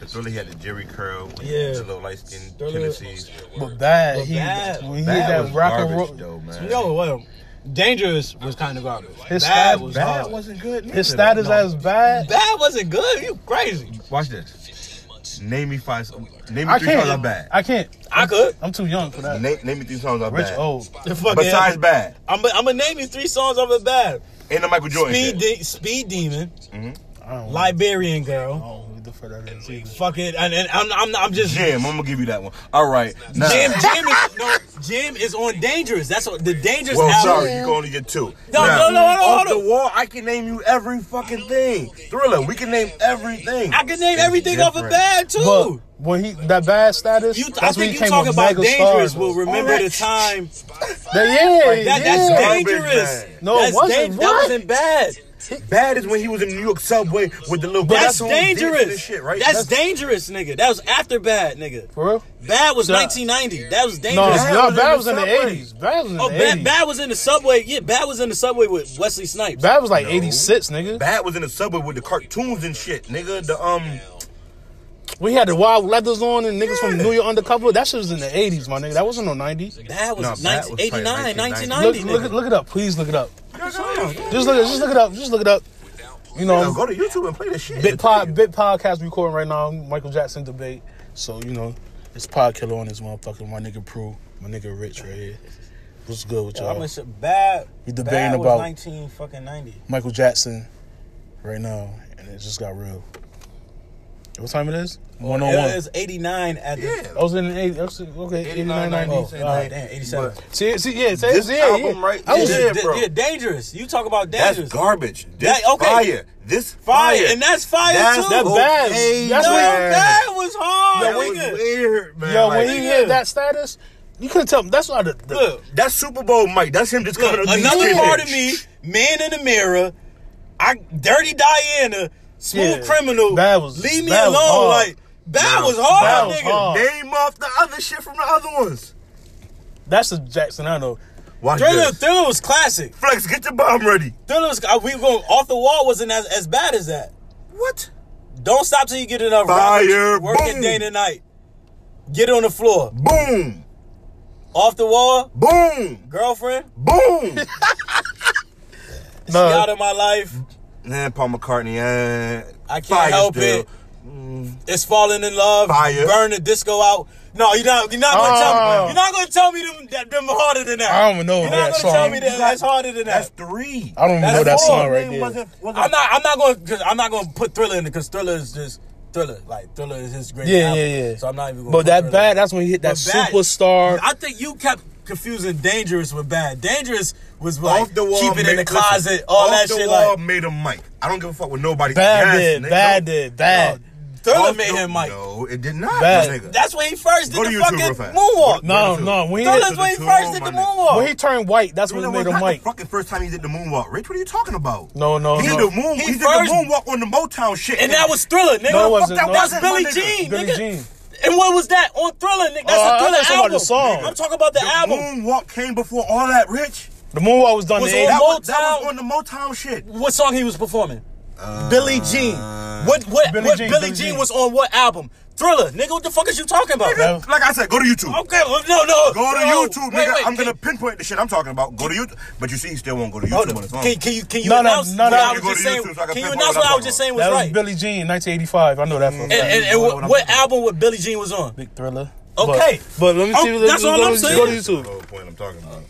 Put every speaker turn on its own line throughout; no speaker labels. Cause Sterling had the Jerry curl, with
Yeah.
the light skin
Sterling-
Tennessee.
But bad.
But
he
bad.
when he
That
that,
was
that rock and
garbage,
roll.
though, man.
Yo, well, dangerous was kind of garbage.
His
bad
stat-
was
Bad
hard.
wasn't good. neither.
His stat is
No.
as bad.
Bad wasn't good. You crazy?
Watch this. Name me five. Name me
I
three songs that are
can't.
bad.
I can't.
I could.
I'm too young for that.
Name, name me three songs that are
Rich
bad.
old.
Fuck
Besides
yeah.
bad,
I'm gonna name you three songs off the bad.
and the Michael Jordan.
Speed,
shit.
de- Speed Demon,
I
Mm-hmm.
don't know.
Liberian
I
Girl.
don't know who the fuck that is either.
Fuck it, and, and I'm, I'm I'm just
Jim, I'm gonna give you that one. All right. Now,
Jim, Jim is no Jim is on Dangerous. That's what the Dangerous
Well,
album.
sorry, you can only get two.
No, no, no, hold on,
off
hold on.
the wall, I can name you every fucking thing. Thriller, we can name everything.
I can name everything off
different.
of bad too.
But when he that bad status,
you, I
that's when
think
he
you
came
talk
with
about
mega
Dangerous
stars.
will remember the time.
That- yeah,
That,
yeah.
That's
Garbage
dangerous.
bag.
No, it
that's
wasn't.
dan- That
What?
wasn't bad.
Bad is when he was in the New York subway with the little.
That's,
when he did
dangerous.
This shit, right?
That's, dangerous, nigga. That was after bad, nigga.
For real?
Bad was
Yeah.
1990. That was
No,
dangerous.
Bad
no,
was in
bad
the
was in the
subway.
eighties. Bad was in the
Oh, bad,
eighties.
bad was in the subway. Yeah, bad was in the subway with Wesley Snipes.
Bad was like
No.
eighty six, nigga.
Bad was in the subway with the cartoons and shit, nigga. The um,
We had the wild leathers on and niggas from
Yeah.
New York undercover. That shit was in the eighties, my nigga. That wasn't no nineties.
Bad was
No, Bad
19-
was
89,
probably
1990.
Look,
nigga.
look, look it up, please. Look it up.
Um,
Just look, it- just look it up. Just look it up. You
now
know,
go to YouTube and play this shit.
bit
It'll tell
pod, bit podcast recording right now. Michael Jackson debate. So you know, it's pod killer on this motherfucker. My nigga Prue, my nigga Rich right here. What's good with
I'm
y'all?
gonna say bad.
We
bad
debating
was
about-
19 fucking 90.
Michael Jackson right now, and it just got real. What time it is?
Oh,
One on
It
Oh, one.
was 89 at the.
you.
Yeah.
Yeah.
I was in the eight. Okay, 89, 90.
Oh,
All
oh,
right.
damn, 87.
But
See, see, yeah, see,
This
yeah,
album
yeah.
right
I was,
there. Yeah,
Da-
bro.
yeah, dangerous. You talk about
That's
dangerous.
garbage. This
That- okay.
fire. This
fire,
fire.
and that's fire
That's
too.
that bad.
okay,
That's
no,
man.
that was hard,
That was
nigga.
weird, man.
yo,
Like,
when he
nigga.
hit that status, you couldn't tell. That's why the, the
Look,
That's Super Bowl, Mike. That's him just
look,
coming. up to
another
these
part of
kids.
me, man in the mirror, I dirty Diana, smooth
Yeah.
criminal.
Bad was-
leave me
bad
alone.
was hard.
Like bad
Nah,
was hard,
bad was
nigga.
hard.
Name off the other shit from the other ones.
that's the Jackson I know.
Watch
Thriller,
this.
Thriller was classic.
Flex, get your bomb ready.
Thriller was uh, we were going off the wall wasn't as, as bad as that.
What?
Don't stop till you get enough.
Fire,
Robert, work it
boom.
day and night. Get on the floor.
Boom,
Off the wall,
boom,
girlfriend.
boom.
She
No,
out of my life.
Man, Paul McCartney. Uh,
I can't help it. It's falling in love.
Fire.
Burn the disco out. No, you're not. You're not gonna tell
Ah, Oh.
me. You're not gonna tell me them, that- them harder than that.
I don't even know
You're
that
not gonna
song.
tell me that that's harder than
That's
that.
three.
I don't even
That's
know that
four.
song right there.
I'm not. I'm not going. Cause I'm not gonna put Thriller in it because Thriller is just Thriller. Like Thriller is his great.
Yeah,
album,
yeah, yeah.
So I'm not even. Gonna
but
put
that
Thriller.
bad. That's when he hit that
But Bad-
superstar.
I think you kept confusing dangerous with bad. Dangerous was like
off the wall,
keep it in
made-
the closet,
off
all that
the
shit.
wall
Like
made him Mike. I don't give a fuck what nobody.
bad
Yes,
did,
nigga.
bad
No.
did, bad.
Thriller
Off
made
the-
him Mike.
No, it did not.
Bad.
my nigga.
That's when he first
Go
did
to
the
YouTube real
fucking
fast.
moonwalk.
No,
Three,
no. When he,
Thriller's
hit,
the
when he
two
first
on
did
my
the
nigga.
moonwalk.
when he turned white, that's when he
Thriller
made
was
him
not the
Mike.
fucking first time he did the moonwalk. Rich, what are you talking about?
No, no,
he
no.
did the moon.
He
He, did
first-
the moonwalk on the Motown shit,
And that was Thriller, nigga.
No, it
Fuck
wasn't.
that-
No,
That's
it
Billy
wasn't.
Jean,
Billie
nigga.
Jean.
And what was that on Thriller, nigga? That's
Oh, I-
a
I
Thriller
thought you
album.
were talking about the song.
I'm talking about the,
the
album.
moonwalk came before all that. Rich,
The moonwalk was done.
Was
in
on
the
that
80s.
was,
Motown.
that was on the Motown shit.
What song he was performing? Billy Jean. What what
Billie
what
Jean,
Billy
Billie
Jean
Jean.
was on what album? Thriller, nigga. What the fuck is you talking about?
That-
Like I said, go to YouTube.
Okay, well, no, no.
Go to
no.
YouTube,
Wait,
nigga.
wait,
I'm
can-
gonna pinpoint the shit I'm talking about. Go to YouTube, but you see, he still won't go to
Hold
YouTube on
on.
his phone.
Can, can you can you
No, no,
announce
no,
what
no.
I was
Go to
just
YouTube
saying?
so I can
can you
pinpoint what
announce what
I'm
I was just
talking
saying was
That was
right?
Billy Jean, 1985. I know that for a
and
fact.
and, and
What
what,
I'm
what
talking
album with Billy Jean was on?
Big Thriller.
Okay.
but, but let me
Oh,
see. let
that's
me-
all
go
I'm
to-
saying.
Go to YouTube.
the whole point I'm talking about.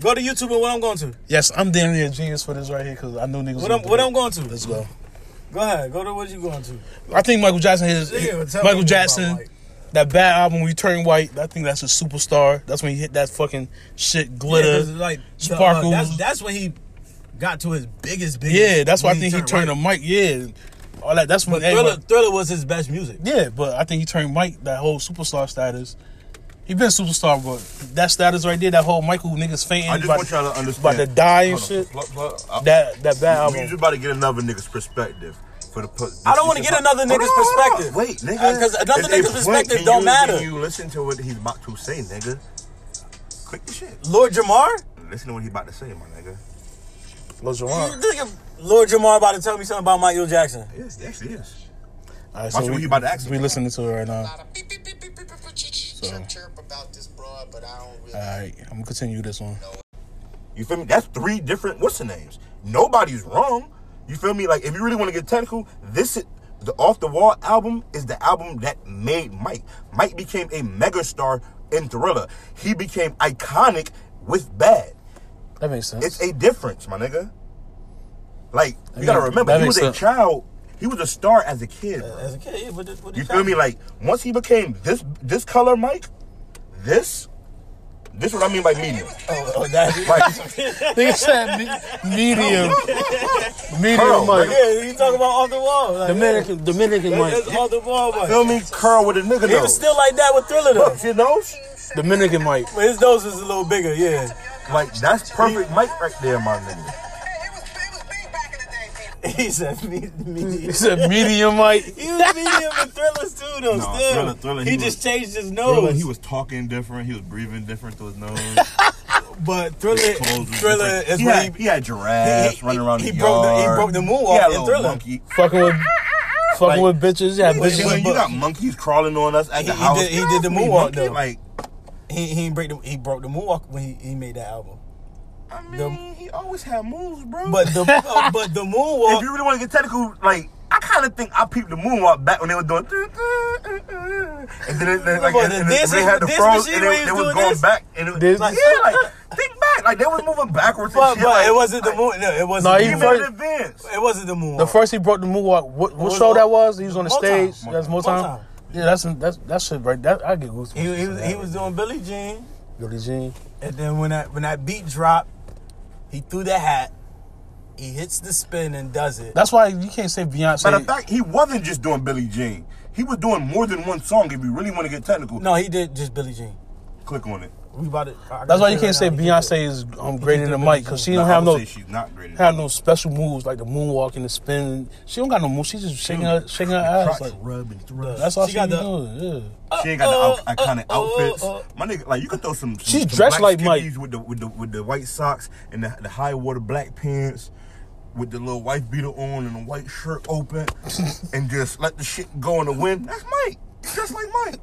Go to YouTube and what I'm going to.
Yes, I'm damn near a genius for this right here because I knew niggas.
What
would
I'm
do
what
it.
I'm going to.
Let's go.
Go ahead. Go to what you going to.
I think Michael Jackson hit his,
Nigga,
hit-
tell me
Michael
about
Jackson,
Mike.
that bad album when you turn white. I think that's a superstar. That's when he hit that fucking shit
Yeah,
glitter.
'cause, like the, uh,
sparkles.
that's, that's when he got to his biggest. biggest
yeah, that's why I
when
think he turned
right.
a mic. Yeah, all that. That's when.
Thriller,
everybody-
Thriller was his best music.
Yeah, but I think he turned Mike that whole superstar status. He been a superstar, but that status right there, that whole Michael niggas fainting.
I just
about
want
to-
y'all to understand.
about to die and
Hold on.
shit.
Plug, plug. I-
That that bad
We just
album.
about to get another nigga's perspective. For the pu-
I don't wanna get another
Hold on,
nigga's
hold on.
perspective.
Wait, nigga.
Uh, 'cause another
It's
nigga's
a point.
perspective
Can
don't
you-
matter.
Can you listen to what he's about to say, nigga? Click the shit.
Lord Jamar.
Listen to what he's about to say, my nigga.
Lil Jon.
Uh. You think if Lord Jamar about to tell me something about Michael Jackson?
Yes, yes, yes.
All right,
Watch what
we,
he about to ask
we
about.
listening to it right
A
now.
lot of beep, beep, beep, beep, beep, beep, chirp, chirp, chirp about this broad, but I don't really
All right, I'm gonna continue this one.
You feel me? That's three different what's the names. Nobody's wrong. You feel me? Like if you really want to get technical, this is, the Off the Wall album is the album that made Mike. Mike became a megastar in Thriller. He became iconic with Bad.
That makes sense.
It's a difference, my nigga. Like you
mean,
gotta remember,
that
he was
makes
a
sense.
child. He was a star as a kid, bro.
As a kid, yeah, but this- what
You
this
feel me?
happened?
Like once he became this this color, Mike, this this what I mean by medium.
oh, oh, that,
Like
Nigga said me- medium, medium
Pearl,
Mike,
yeah, you talking about off the wall. Like,
Dominican, Dominican
yeah,
Mike,
that's off the wall, Mike.
feel me? Curl with a nigga
He was
nose.
still like that with Thriller though.
Look, your nose,
Dominican Mike.
But his nose is a little bigger, yeah.
like that's perfect Mike right there, my nigga.
It was, it was big back in the day, people.
He said me, me.
He said medium Mike.
He was medium with thrillers too, though.
No,
still,
Thriller- Thriller,
he,
he
just
was-
changed his nose.
Thriller, he was talking different. He was breathing different through his nose.
but thriller,
Clothes was
thriller
different.
is
he
when
had,
he,
he had giraffes
he-
running around
he
the
broke the- he
yard.
broke the moonwalk
He had
in
a little
Thriller.
Monkey.
Fucking with, fucking with bitches. Yeah,
But
bitches.
when
and
you got
bucks.
monkeys crawling on us at
He-
the
he
house,
did- he
get
did
off
the
me,
moonwalk,
monkey.
though.
Like
he he didn't break the he broke the moonwalk when he, he made that album.
I mean,
The-
he always had moves, bro.
But the uh, but the
if
moonwalk
you really want to get technical, like I kind of think I peeped the moonwalk back when they were doing, and then it, like and,
What, the
and it-
dance-
they had the
dance
froze,
machine
and they,
when he
they
was
was
doing
going
this?
back, and it,
This-
like, yeah, like think back, like they was moving backwards.
but,
and shit,
but
like,
it wasn't the moon. No, it wasn't.
No,
the
he
He
moonwalk.
made
first-
an advance.
it wasn't the moonwalk.
The first he brought the moonwalk. What, what
was
show
it?
that was? He was on the
Motown.
stage. That's Motown.
Motown.
Yeah, that's that's that shit right. That I get goosebumps.
he, he was he was doing Billie Jean,
Billie Jean.
and then when that when that beat dropped, he threw the hat. He hits the spin and does it.
That's why you can't say Beyonce.
Matter of fact, he wasn't just doing Billie Jean. He was doing more than one song. If you really want to get technical,
No, he did just Billie Jean.
click on it.
We about to, I gotta
that's why you
say
can't
right
say
now, he did
Beyonce is um, greater
did
than
Billie
Mike because she
Nah,
don't
I
have
would
no
say she's not great.
have no special moves like the moonwalk and the spin. She don't got no moves. She's just shaking her shaking her ass.
Crotch
Like,
rub and thrust.
that's all
She
she,
got
got
the-
doing. Yeah.
She ain't got
Uh,
the out- iconic
uh, uh,
outfits.
uh.
My nigga, like you could throw some. some
She's
some
dressed
black
like Mike.
Skivvies with the with the with the white socks and the, the high water black pants, with the little wife beater on and the white shirt open, and just let the shit go in the wind. That's Mike. He's Just like Mike.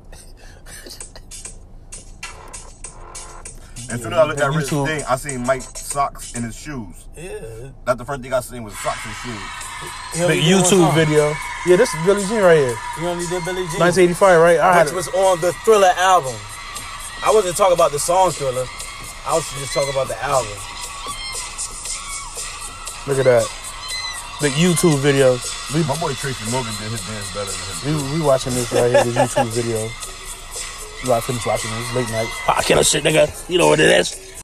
As soon as I looked at Rich's
YouTube.
thing, I seen Mike socks in his shoes.
Yeah.
That's the first thing I seen was socks and shoes.
He
The
only did one
YouTube
song.
video. Yeah, this is Billie Jean right here.
He only did Billie Jean.
1985, right? I had
which
it.
was on the Thriller album. I wasn't talking about the song Thriller. I was just talking about the album.
Look at that. The YouTube video. We
My boy Tracy Morgan did his dance better than him.
We, we watching this right here, this YouTube video. We about to finish watching this late night. Ah, I kill a shit, nigga. You know what it is.